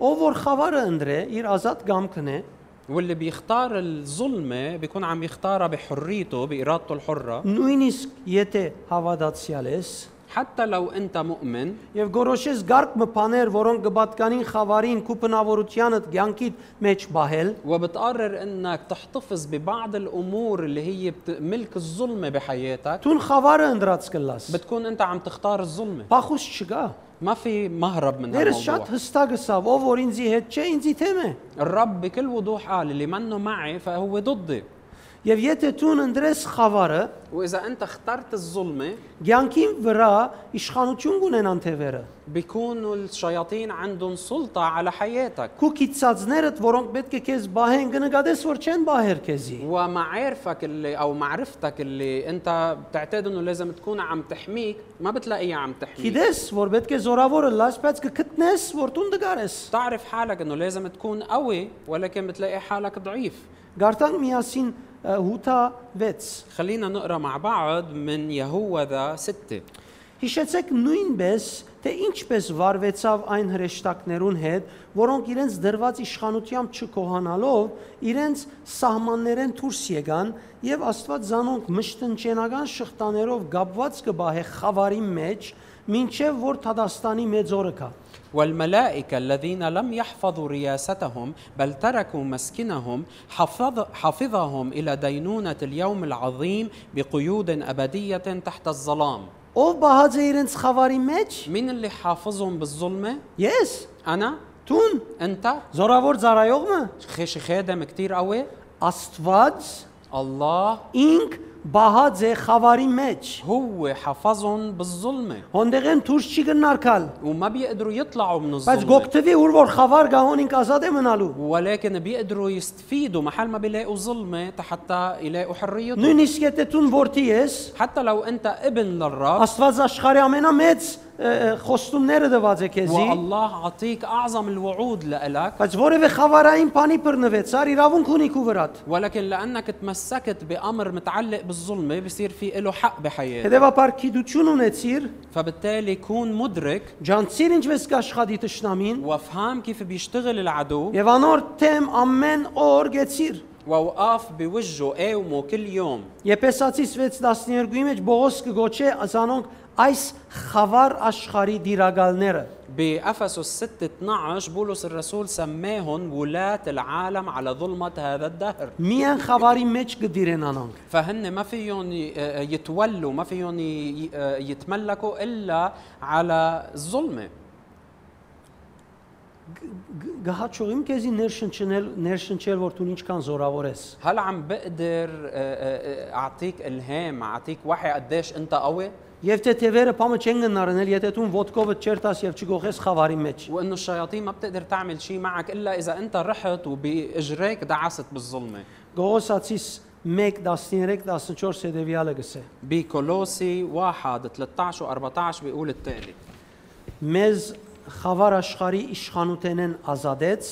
S1: Ով որ խավարը ընդրե, իր ազատ գամքն է,
S2: واللي بيختار الظلمة بيكون عم يختارها بحريته بإرادته الحرة
S1: Նույնիսկ եթե հավատացյալ ես
S2: حتى لو أنت مؤمن
S1: եւ գորոշես գարգ մփաներ, որոնք կպատկանին խավարին քու բնավորությանդ ցանկիդ մեջ բահել,
S2: وبتقرر أنك تحتفظ ببعض الأمور اللي هي بت- ملك الظلمة بحياتك
S1: ցուն խավարը ընդրած կլաս։
S2: بتكون أنت عم تختار الظلمة
S1: Փախուս չկա։
S2: ما في مهرب من
S1: Ներս
S2: هالموضوع
S1: շատ հստակ ասավ, ով որ ինձի հետ չէ, ինձի թեմ է։
S2: الرب بكل وضوح قال اللي منه معي فهو ضدي
S1: Եվ եթե ցուն ընդրես խավարը,
S2: وإذا أنت اخترت الظلمة
S1: ցանկին վրա իշխանություն կունենան թևերը։
S2: بيكونوا الشياطين عندهم سلطة على حياتك
S1: Քու քիծածներդ, որոնք պետք է քեզ բահեն, կնկատես, որ չեն բահեր քեզի։
S2: ومعارفك اللي او معرفتك اللي انت بتعتاد انه لازم تكون عم تحميك ما بتلاقيها عم تحميك
S1: Գիտես, որ պետք է զորավորը լաս, բայց կգտնես, որ տուն դգարես։
S2: بتعرف حالك انه لازم تكون قوي ولكن بتلاقي حالك ضعيف
S1: Գարտան միասին ը, հութա 6։
S2: خلينا نقرا مع بعض من يهوذا ستة
S1: Հիշեցեք նույնպես, թե ինչպես վարվեցավ այն հրեշտակներուն հետ, որոնք իրենց դրված իշխանությամբ չկողանալով իրենց սահմաններեն դուրս եկան եւ Աստված զանոնք մշտնջենական շղթաներով գապված կբահե խավարի մեջ, ինչեւ որ Թադաստանի մեծ օրը կա։
S2: والملائكة الذين لم يحفظوا رياستهم بل تركوا مسكنهم حفظ حفظهم إلى دينونة اليوم العظيم بقيود أبدية تحت الظلام
S1: Ով բահած է իրենց խավարի մեջ։
S2: مين اللي حافظهم بالظلمة؟
S1: Ես,
S2: أنا؟
S1: տուն,
S2: أنت؟
S1: զորավոր ծարայողը,
S2: خش خادم كتير قوي
S1: Աստված
S2: الله
S1: ինք բահած է խավարի մեջ։
S2: هو حفظهم بالظلمة
S1: Հոնդեղեն դուրս չի գնարկալ,
S2: وما بيقدروا يطلعوا من
S1: բայց
S2: الظلمة
S1: գոկտվի ուր որ խավար գա հոն ինք ազատ է մնալու։
S2: ولكن بيقدروا يستفيدوا محل ما بيلاقوا ظلمة حتى يلاقوا حريتهم
S1: Նույնիսկ եթե տուն worth-ի ես,
S2: حتى لو أنت ابن للرب
S1: Աստված աշխարհի ամենամեծ ը, ը, խոստումները տված է քեզի,
S2: والله عطيك أعظم الوعود لإلك
S1: բայց որևէ խավարային բանի բռնվեց, ար իրավունք ունի քու վրատ։
S2: ولكن لأنك تمسكت بأمر متعلق بالظلمة بصير في له حق بحياتك
S1: Հետևաբար քիդություն ունեցիր,
S2: فبالتالي كون مدرك
S1: ջանցիր ինչպես կաշխատի ճշնամին,
S2: وافهام كيف بيشتغل العدو
S1: եւ անոր թեմ ամեն օր գեցիր։
S2: ووقاف بوجهه قاومه كل يوم
S1: Եփեսացի 6:12-ի մեջ Բողոս կգոչե ասանոնք այս խավար աշխարի դիրագալները։
S2: بأفسس 6 12 بولس الرسول سماهم ولاة العالم على ظلمة هذا الدهر
S1: Միան խավարի մեջ կդիրենանանք։
S2: فهن ما فيهم ي- آه، يتولوا ما فيهم ي- آه، يتملكوا إلا على الظلمة
S1: Գ- Գահաճողիմ քեզի ներշնչնել, ներշնչել որ դու ինչքան զորավոր ես։
S2: هل عم بقدر آه، آه، آه، أعطيك إلهام أعطيك وحي قديش أنت قوي
S1: Եվ թե թևերը փամը չեն գնարնել, եթե դու ոդկովը չերտաս եւ չգողես խավարի մեջ։
S2: وإنه الشياطين ما بتقدر تعمل شيء معك إلا إذا أنت رحت وبإجريك دعست بالظلمة
S1: Գողոսացի 1:13-14 հետեւյալը գսե։
S2: بكولوسي 1 13 و 14 بيقول التالي
S1: Մեզ խավար աշխարի իշխանութենեն ազատեց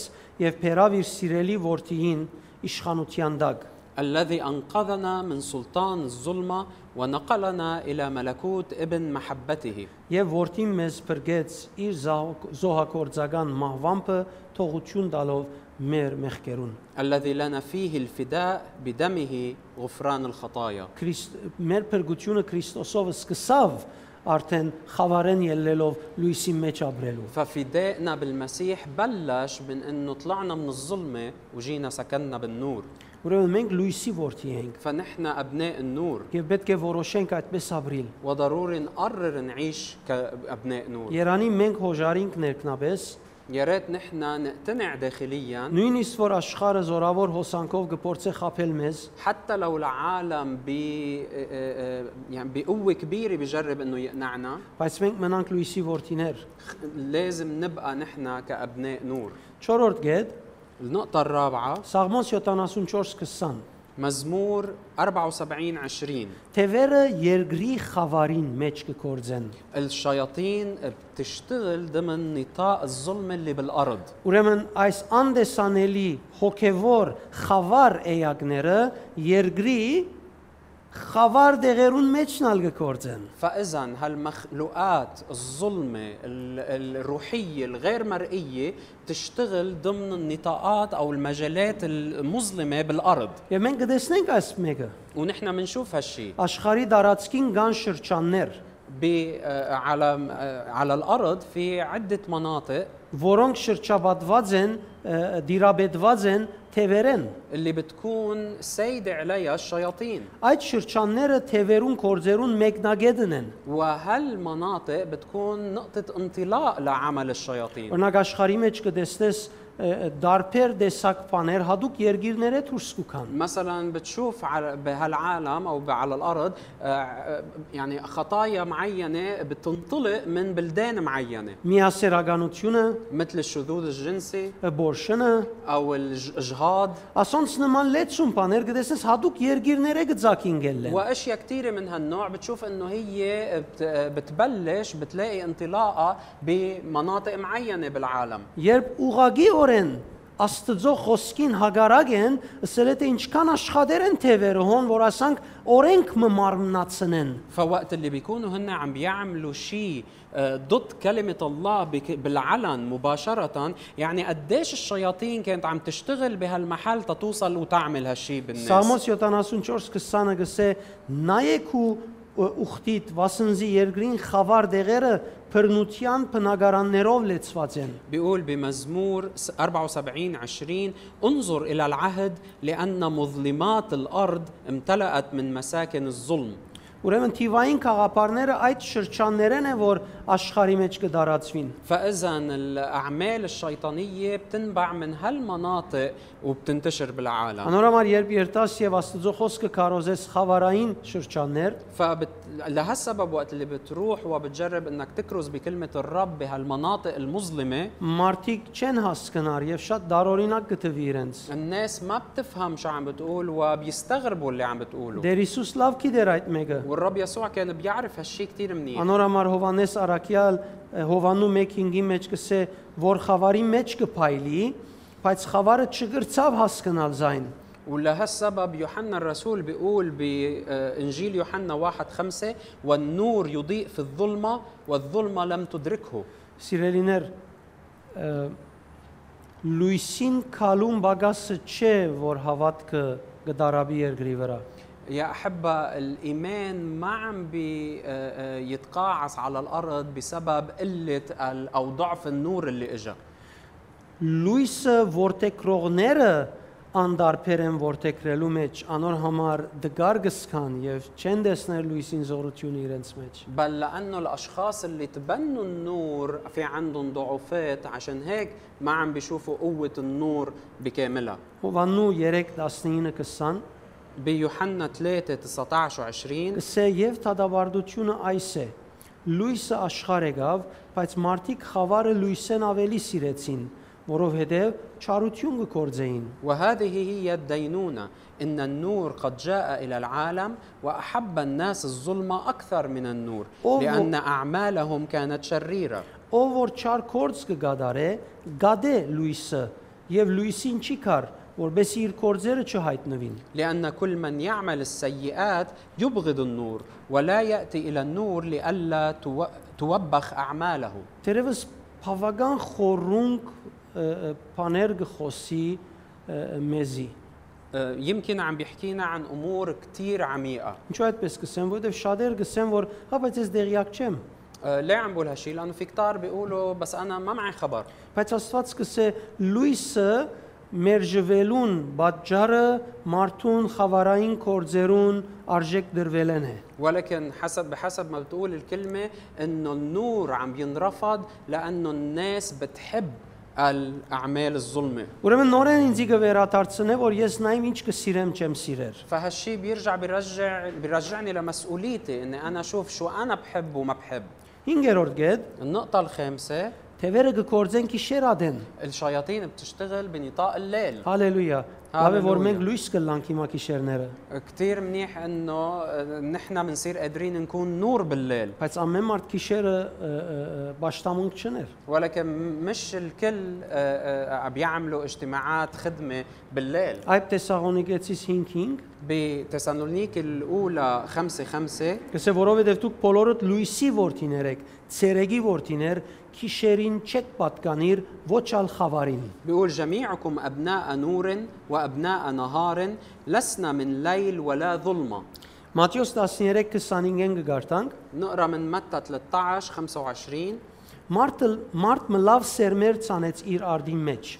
S1: եւ փերավ իր սիրելի որդիին իշխանության դակ։
S2: الذي أنقذنا من سلطان الظلمة ونقلنا إلى ملكوت ابن محبته
S1: Եվ որդին մեզ բրգեց իր զահո- զոհակորձական մահվամբը թողություն տալով մեր մեղքերուն։
S2: الذي لنا فيه الفداء بدمه غفران الخطايا
S1: Քրիստ մեր բրգությունը Քրիստոսով սկսավ արդեն խավարեն ելնելով լույսի մեջ ապրելու։
S2: ففدائنا بالمسيح بلش من انه طلعنا من الظلمه وجينا سكننا بالنور
S1: Ուրեմն մենք լույսի որդի ենք
S2: فنحن ابناء النور
S1: եւ պետք է որոշենք այդպես ապրիլ։
S2: وضروري نقرر نعيش كابناء نور
S1: Երանի մենք հոժարինք ներքնաբես,
S2: يا ريت نحن نقتنع داخليا
S1: նույնիսկ որ աշխարը զորավոր հոսանքով կփորձե խაფել մեզ,
S2: حتى لو العالم ب يعني بقوه كبيره بجرب انه يقنعنا
S1: բայց մենք մնանք լույսի որդիներ։
S2: خ- لازم نبقى نحن كابناء نور
S1: 4-րդ գետ,
S2: النقطه الرابعه
S1: Սաղմոս 74:20
S2: مزمور 74 20
S1: Թևերը երկրի խավարին մեջ կգործեն։
S2: الشياطين بتشتغل ضمن نطاق الظلم اللي بالارض
S1: Ուրեմն այս անդեսանելի հոգևոր խավար էակները երկրի խավար դեղերուն մեջն ալ գործեն։
S2: فاذا هالمخلوقات الظلمه ال- الروحيه الغير مرئيه تشتغل ضمن النطاقات او المجالات المظلمه بالارض
S1: Եվ մենք կտեսնենք այս մեկը։
S2: ونحن بنشوف هالشيء
S1: Աշխարհի դարածքին կան շրջաններ,
S2: ب- آه، على آه، على الارض في عده مناطق
S1: որոնք շրջապատված են, ը, դիրաբետված են թևերեն։
S2: اللي بتكون سيدة عليها الشياطين
S1: Այդ շրջանները թևերուն կորձերուն մեկնագետն են։
S2: وهالمناطق بتكون نقطة انطلاق لعمل الشياطين
S1: Օրինակ աշխարհի մեջ կտեսնես ը, ը, դարբեր տեսակ բաներ հadoop երկիրները դուրս կան։
S2: مثلا بتشوف على بهالعالم او على الارض آه، آه، يعني خطايا معينه بتنطلق من بلدان معينه
S1: Միասերականությունը,
S2: مثل الشذوذ الجنسي
S1: ը, բորշնը,
S2: او الاجهاض
S1: ասոնց նման լեցուն բաներ կտեսնես հadoop երկիրները գծակին գելեն։
S2: واشياء كثيره من هالنوع بتشوف انه هي بت- بتبلش بتلاقي انطلاقه بمناطق معينه بالعالم
S1: Երբ ուղագի օրեն Աստծո խոսքին հագարակ են, ասել է թե ինչքան աշխատեր են թևերը հոն, որ ասանք օրենք մը մարմնացնեն։
S2: فوقت اللي بيكونوا هن عم بيعملوا شيء آه، ضد كلمة الله بك- بالعلن مباشرة يعني قديش الشياطين كانت عم تشتغل بهالمحل تتوصل وتعمل هالشيء بالناس
S1: Սամոս 74:20-ը գսե նայեք ու ու- ուխտիտ վասնզի երկրին խավար դեղերը բռնության բնակարաններով լեցված են։
S2: بيقول بمزمور س- 74 20 انظر إلى العهد لأن مظلمات الأرض امتلأت من مساكن الظلم
S1: Ուրեմն թիվային խաղապարները այդ շրջաններն են, որ աշխարհի մեջ կդարածվին։
S2: فإذا الأعمال الشيطانية بتنبع من هالمناطق وبتنتشر بالعالم
S1: Անորոմար երբ երտաս եւ Աստծո խոսքը կարոզես խավարային شրջաններ,
S2: فبت... لهالسبب وقت اللي بتروح وبتجرب انك تكرز بكلمه الرب بهالمناطق المظلمه
S1: մարդիկ չեն հասկանար եւ շատ դարօրինակ գտվի իրենց։
S2: الناس ما بتفهم شو عم بتقول وبيستغربوا اللي عم بتقوله
S1: Դեր Հիսուս լավ գիտեր այդ մեկը։
S2: والرب يسوع كان بيعرف هالشيء كثير منيح
S1: Անորամար Հովանես Արաքյալ ը, Հովաննու 1:5-ի մեջ կսե, որ խավարի մեջ կփայլի, բայց խավարը չգրցավ հասկանալ զայն։
S2: ولهالسبب يوحنا الرسول بيقول بانجيل يوحنا 1 5 والنور يضيء في الظلمه والظلمه لم تدركه
S1: Սիրելիներ, ը, լույսին քալում բագասը չէ, որ հավատքը գդարաբի երկրի վրա։
S2: يا أحبة الإيمان ما عم بي- آه، آه، يتقاعس على الأرض بسبب قلة ال- أو ضعف النور اللي إجا
S1: Լույսը որտեքրողները անդարբեր են որտեքրելու մեջ, անոր համար դգար գսքան եւ չեն տեսնել լույսին զորությունը իրենց մեջ։
S2: بل لأنه الأشخاص اللي تبنوا النور في عندهم ضعفات عشان هيك ما عم بيشوفوا قوة النور بكاملها
S1: Հովաննու 3:19-20
S2: بيوحنا 3 19 و 20
S1: կսե եւ թադավարդությունը այս է։ Լույսը աշխարհ եկավ, բայց մարդիկ խավարը լույսեն ավելի սիրեցին, որովհետեւ չարություն կգործեին։
S2: وهذه هي الدينونة إن النور قد جاء إلى العالم وأحب الناس الظلمة أكثر من النور
S1: أوه.
S2: لأن أعمالهم كانت شريرة
S1: Ով որ չար կորց կգադարե, գադե լույսը եւ լույսին չի կար, որբեսի իր կորձերը չհայտնվին։
S2: لأن كل من يعمل السيئات يبغض النور ولا يأتي إلى النور لئلا تو- توبخ أعماله
S1: Տերևս բավական խորունկ ը, ը, բաներ գխոսի ը, ը, մեզի։
S2: آه، يمكن عم بيحكينا عن أمور كتير عميقة
S1: Ինչու այդպես կսեմ, որովհետև շատեր կսեմ, որ հա բայց ես դեղյակ չեմ,
S2: آه، ليه عم بقول هالشي؟ لأنه في كتار بيقولوا بس أنا ما معي خبر
S1: բայց Աստված կսե լույսը մերժվելուն բաճարը մարդուն խավարային կորձերուն արժեք դրվելեն է։
S2: ولكن حسب بحسب ما بتقول الكلمة إنه النور عم ينرفض لأنه الناس بتحب الأعمال الظلمة
S1: Ուրեմն նորեն ինձի կվերադարձնե, որ ես նայեմ ինչ կսիրեմ, չեմ սիրեր։
S2: فهالشي بيرجع بيرجع بيرجعني لمسؤوليتي إني أنا أشوف شو أنا بحب وما بحب
S1: Հինգերորդ գետ
S2: النقطة الخامسة
S1: Թևերը գործեն կիշերադեն։
S2: الشياطين بتشتغل بنطاق الليل
S1: Հալելույա։ Լավ է որ
S2: Հալելույա։
S1: մենք լույս կլանք հիմա կիշերները,
S2: كثير منيح انه نحن بنصير قادرين نكون نور بالليل
S1: բայց ամեն մարդ կիշերը ը, ը, ը, բաշտամունք չներ։
S2: ولكن مش الكل آه، آه، عم بيعملوا اجتماعات خدمه بالليل
S1: Այդ Տեսաղոնիկեցիս 5:5
S2: بتسالونيك الاولى 5 5
S1: Կսե որովհետև դուք բոլորդ լույսի որդիներ եք, ցերեգի որդիներ, քիշերին չեք պատկանիր ոչ ալ խավարին։
S2: بيقول جميعكم ابناء نور وابناء نهار لسنا من ليل ولا ظلمه
S1: Մատթեոս 13:25-ին կգարտանք։
S2: نقرا من متى 13 25
S1: Մարտը մարտ մլավ սերմեր ցանեց իր արդին մեջ։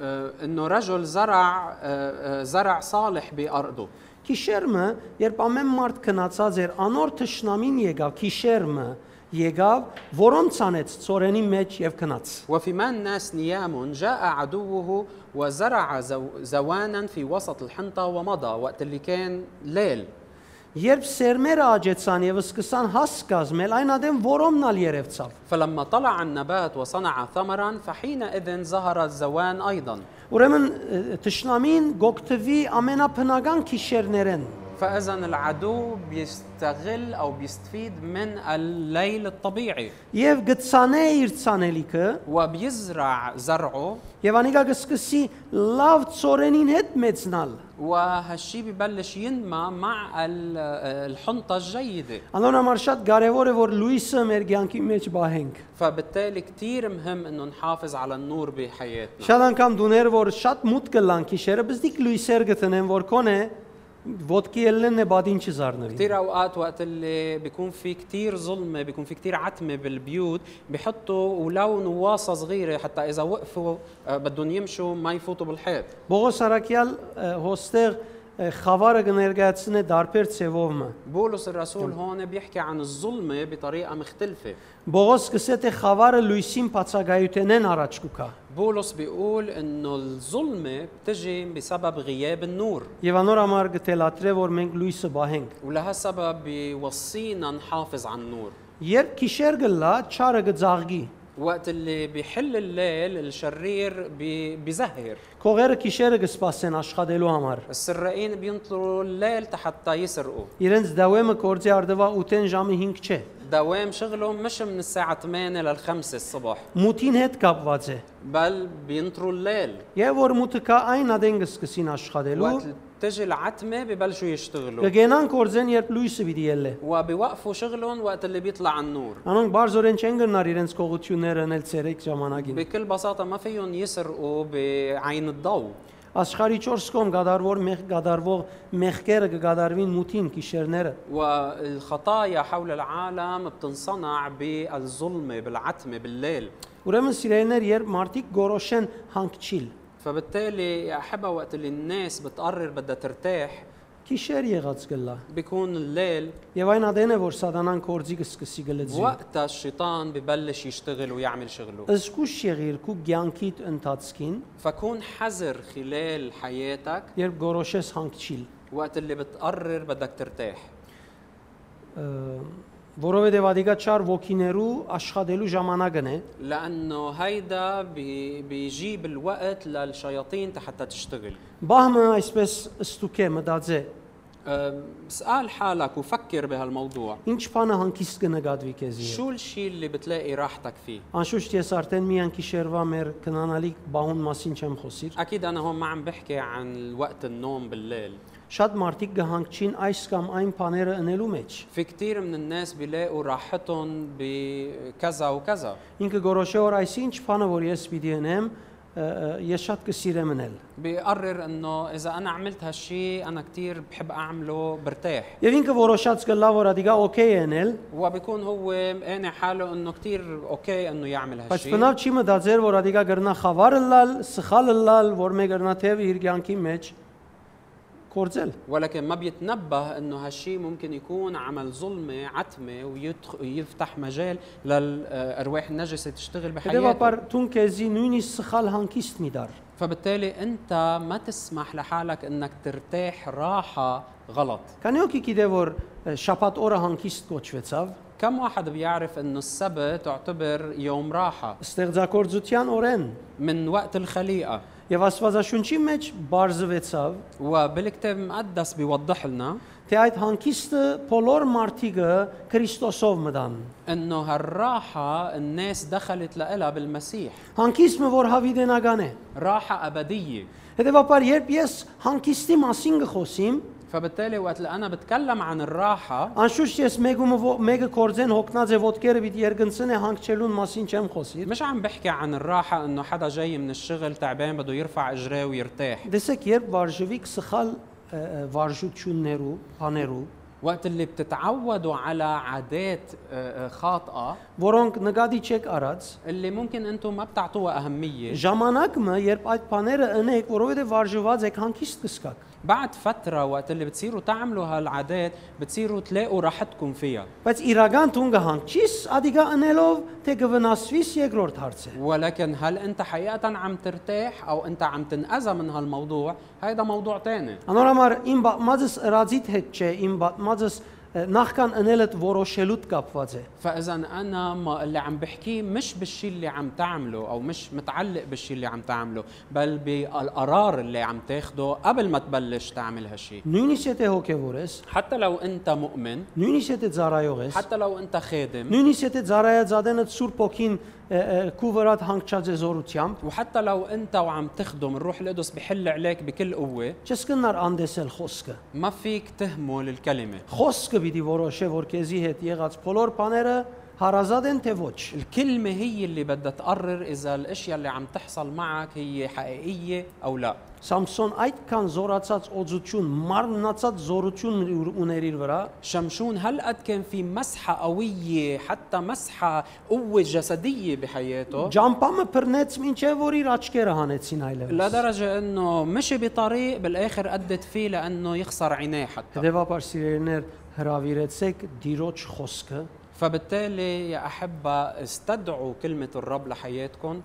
S2: آه، انه رجل زرع آه، آه، زرع صالح بارضه
S1: Քիշերմը, երբ ամեն մարտ քնացած էր, անոր ճշնամին եկավ, քիշերմը եկավ, որոն ցանեց ծորենի մեջ եւ քնաց։
S2: وفي من ناس نيام جاء عدوه وزرع زو- زوانا في وسط الحنطة ومضى وقت اللي كان ليل
S1: Երբ սերմերը աճեցան եւ սկսան հասկազմել, այն ադեմ որոմնալ երևցավ։
S2: فلما طلع النبات وصنع ثمرا فحينئذ ظهر الزوان أيضا
S1: Ուրեմն ճշնամին գոկտվի ամենափնական քիշերներեն։
S2: فإذا العدو بيستغل أو بيستفيد من الليل الطبيعي
S1: Եվ գծանե իր ցանելիքը
S2: وبيزرع زرعه
S1: եւ անիկա կսկսի լավ ծորենին հետ մեծնալ։
S2: وهالشي ببلش ينمى مع ال- الحنطة الجيدة
S1: Անոնամար շատ կարեւոր է որ լույսը մեր ցանկի մեջ բահենք։
S2: فبالتالي كتير مهم انه نحافظ على النور بحياتنا
S1: Շատ անգամ դուներ որ շատ մուտք կլան քիշերը, բզդիկ լույսեր գտնեն որ կոնե ոդկի ելնեն է բադին չզառնվի։
S2: كثير اوقات وقت اللي بيكون في كثير ظلمه بيكون في كثير عتمه بالبيوت بحطوا ولو نواصه صغيره حتى اذا وقفوا آه، بدهم يمشوا ما يفوتوا بالحيط
S1: Բողոս Արաքյալ ը, հոստեղ ը, խավարը կներկայացնե դարբեր ցևովը։
S2: بولس الرسول هون بيحكي عن الظلمه بطريقه مختلفه
S1: Բողոս սկսեց թե խավարը լույսին բացակայութենեն առաջ կուքա։
S2: بولس بيقول انه الظلمه بتجي بسبب غياب النور
S1: Եվ անոր համար գտելատրե որ մենք լույսը բահենք։
S2: ولهالسبب بيوصينا نحافظ على النور
S1: Երբ քիշեր գլա, չարը գծաղգի։
S2: وقت اللي بيحل الليل الشرير بي- بيزهر
S1: Կողերը քիշերը գսպասեն աշխատելու համար։
S2: السراقين بينطروا الليل حتى يسرقوا
S1: Իրենց դավեմը կորձի արդվա 8-ին ժամի 5 չէ։
S2: دوام شغلهم مش من الساعة 8 لل 5 الصبح
S1: Մութին հետ կապված է։
S2: بل بينطروا الليل
S1: Եվ որ մութը կա այն ադեն գսկսին աշխատելու,
S2: وقت تجي العتمة ببلشوا يشتغلوا
S1: կգենան կորձեն երբ լույսը պիտի ելլե։
S2: وبيوقفوا شغلهم وقت اللي بيطلع النور
S1: Անոնք բարձորեն չեն գնար իրենց կողությունները անել ցերեկ ժամանակին։
S2: بكل بساطة ما فيهم يسرقوا بعين الضوء
S1: Աշխարհի 4 կողմ գադարվոր մեղ գադարվող մեղքերը կգադարվին մութին քիշերները։
S2: والخطايا حول العالم بتنصنع بالظلمة بالعتمة بالليل
S1: Ուրեմն սիրելիներ, երբ մարդիկ գորոշեն հանգչիլ,
S2: فبالتالي يا أحبة وقت اللي الناس بتقرر بدها ترتاح
S1: Քիշեր եղած գլա։
S2: بيكون الليل
S1: Եվ այն ադեն է որ սատանան կորձի կսկսի գլծի։
S2: وقتها الشيطان ببلش يشتغل ويعمل شغله
S1: Ըսկուշ եղիր քու ցանկիդ ընթացքին,
S2: فكون حذر خلال حياتك
S1: երբ գորոշես հանգչիլ,
S2: وقت اللي بتقرر بدك ترتاح
S1: ը, որովհետև ադիկա չար ոգիներու աշխատելու ժամանակն է,
S2: لانه هيدا بي بيجيب الوقت للشياطين حتى تشتغل
S1: բահմը այսպես ստուկե մտածե,
S2: أم، اسال حالك وفكر بهالموضوع
S1: ինչ բանը հանգիստ կնկատվի քեզի։
S2: شو الشيء اللي بتلاقي راحتك فيه
S1: Անշուշտ ես արդեն մի անկի շերվա մեր կնանալիք բահուն մասին չեմ խոսիր։
S2: اكيد انا هون ما عم بحكي عن وقت النوم بالليل
S1: Շատ մարդիկ կհանգչին այս կամ այն բաները ընելու մեջ։
S2: في كثير من الناس بيلاقوا راحتهم بكذا وكذا
S1: Ինքը գորոշե որ այսի ինչ բանը որ ես պիտի ընեմ, ը, ը, ես շատ կսիրեմ ընել։
S2: بيقرر انه اذا انا عملت هالشي انا كثير بحب اعمله برتاح
S1: Եվ ինքը որոշած կլա որ ադիգա օքեյ ենել,
S2: وبكون هو قانع حاله انه كثير اوكي انه يعمل
S1: բայց
S2: هالشيء
S1: բնավ չի մտածեր որ ադիգա գրնա խավարը լալ, սխալը լալ, որ մեկ գրնա թեւ իր ցանկի մեջ կործել։
S2: ولكن ما بيتنبه انه هالشيء ممكن يكون عمل ظلمه عتمه ويدخ- ويفتح مجال للارواح النجسه تشتغل
S1: Հետևաբար
S2: بحياتك
S1: դուն քեզի նույնիսկ սխալ հանկիստ մի դար։
S2: فبالتالي انت ما تسمح لحالك انك ترتاح راحه غلط
S1: Քանի օքի գիտե որ շապատ օրը հանկիստ կոչվեցավ,
S2: كم واحد بيعرف انه السبت تعتبر يوم راحه
S1: Ստեղծագործության օրեն
S2: من وقت الخليقه
S1: եւ Աստվածաշունչի մեջ բարձվեցավ,
S2: وبالكتاب المقدس بيوضح لنا
S1: թե այդ հանգիստը բոլոր մարդիկը Քրիստոսով մտան։
S2: انه هالراحه الناس دخلت لها بالمسيح
S1: Հանգիստը որ հավիտենական է։
S2: راحه ابديه
S1: Հետևաբար երբ ես հանգիստի մասին գխոսիմ,
S2: فبالتالي وقت اللي انا بتكلم عن الراحه
S1: անշուշտ ես մեկը մեկը կորձեն հոգնած է ոդկերը պիտի երկնցնե հանգչելուն մասին չեմ խոսի։
S2: مش عم بحكي عن الراحه انه حدا جاي من الشغل تعبان بده يرفع اجراه ويرتاح
S1: Դեսեք երբ վարժվիք սխալ ը, ը, վարժություններու, բաներու,
S2: وقت اللي بتتعودوا على عادات آه، آه، خاطئه
S1: որոնք նկատի չեք արած,
S2: اللي ممكن انتم ما بتعطوها اهميه
S1: ժամանակը երբ այդ բաները ընեք, որովհետև վարժված եք հանգիստ կսկաք։
S2: بعد فتره وقت اللي بتصيروا تعملوا هالعادات بتصيروا تلاقوا راحتكم فيها
S1: Բայց իրական դուն կհանգչիս, ադիգա ընելով թե կվնասվիս երկրորդ հարցը։
S2: ولكن هل انت حقيقه عم ترتاح او انت عم تنأذى من هالموضوع هيدا موضوع تاني
S1: Անորոմար իմ բացածս ռազիտ հետ չէ, իմ բացածս նախքան ընելդ որոշելուտ կապված է։
S2: فاذا انا ما اللي عم بحكيه مش بالشيء اللي عم تعمله او مش متعلق بالشيء اللي عم تعمله بل بالقرار اللي عم تاخده قبل ما تبلش تعمل هالشيء
S1: Նույնիսկ եթե հոգևոր ես,
S2: حتى لو انت مؤمن
S1: նույնիսկ եթե ծառայող ես,
S2: حتى لو انت خادم
S1: նույնիսկ եթե ծառայածadենը Սուրբ Օքին քու վրա հանգչած է զորությամբ,
S2: وحتى لو انت وعم تخدم الروح القدس بحل عليك بكل قوه
S1: չսկնար անդեսել խոսքը։
S2: ما فيك تهمل الكلمه
S1: Խոսքը պիտի որոշե, որ քեզի հետ եղած բոլոր բաները հարազատ են թե ոչ։
S2: الكلمة هي اللي بدها تقرر إذا الأشياء اللي عم تحصل معك هي حقيقية أو لا
S1: Սամսոն այդքան զորացած օծություն, մարմնացած զորություն ուր- ուներ իր վրա,
S2: شمشون هالقد كان في مسحة قوية حتى مسحة قوة جسدية بحياته
S1: Ջամպամը բռնեց մինչև որ իր աչքերը հանեցին այլևս։
S2: لدرجة انه مشي بطريق بالاخر أدت فيه لانه يخسر عينيه حتى
S1: Հետևաբար սիրելիներ հravirեցեք Տիրոջ խոսքը,
S2: فبالتالي يا أحبة استدعوا كلمة الرب لحياتكم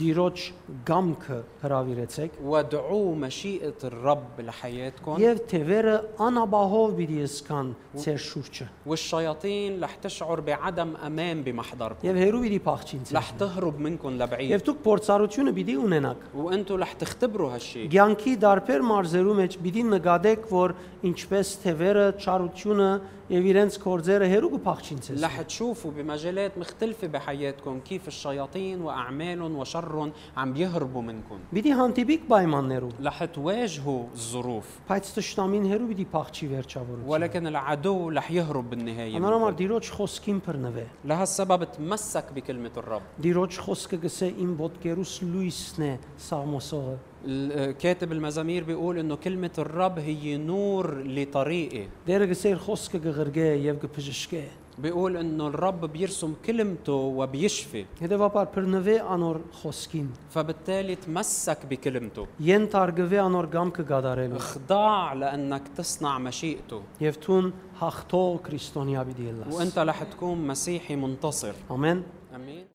S1: Տիրոջ գամքը հravirեցեք
S2: وادعوا مشيئة الرب لحياتكم
S1: եւ թևերը անաբահով պիտի եսքան ծեր շուրջը։
S2: والشياطين رح تشعر بعدم أمان بمحضركم
S1: Եվ հերու պիտի փախչին
S2: رح
S1: ձեր։
S2: تهرب منكم لبعيد
S1: Եվ դուք փորձառությունը պիտի ունենաք։
S2: وانتم رح تختبروا هالشيء
S1: Գյանքի դարբեր մարզերու մեջ պիտի նկատեք, որ ինչպես թևերը, ճարությունը եւ իրենց կորձերը հերու կփախչին ձեզ։
S2: رح تشوفوا بمجالات مختلفة بحياتكم كيف الشياطين وأعمالهم وشرهم عم يهربوا منكم
S1: Պիտի հանդիպիկ պայմաններով,
S2: رح تواجهوا الظروف
S1: բայց ճշտամին հերու պիտի փախչի վերջավորությունը։
S2: ولكن العدو رح يهرب بالنهاية
S1: Անորոմար
S2: منكم.
S1: դիրոջ խոսքին բռնվե։
S2: لهالسبب تمسك بكلمة الرب
S1: Դիրոջ խոսքը գսե իմ ոդկերուս լույսն է սամոսողը։
S2: الكاتب آه، المزامير بيقول انه كلمة الرب هي نور لطريقي
S1: Դերը գսեր խոսքը գղրգե եւ գփժշկե։
S2: بيقول انه الرب بيرسم كلمته وبيشفي
S1: Հետևաբար բռնվե անոր խոսքին։
S2: فبالتالي تمسك بكلمته
S1: Ենթարգվե անոր գամքը գադարելու։
S2: اخضاع لانك تصنع مشيئته
S1: Եվ թուն հաղթող քրիստոնյա բիդիլլաս։
S2: وانت رح تكون مسيحي منتصر
S1: Ամեն։
S2: امين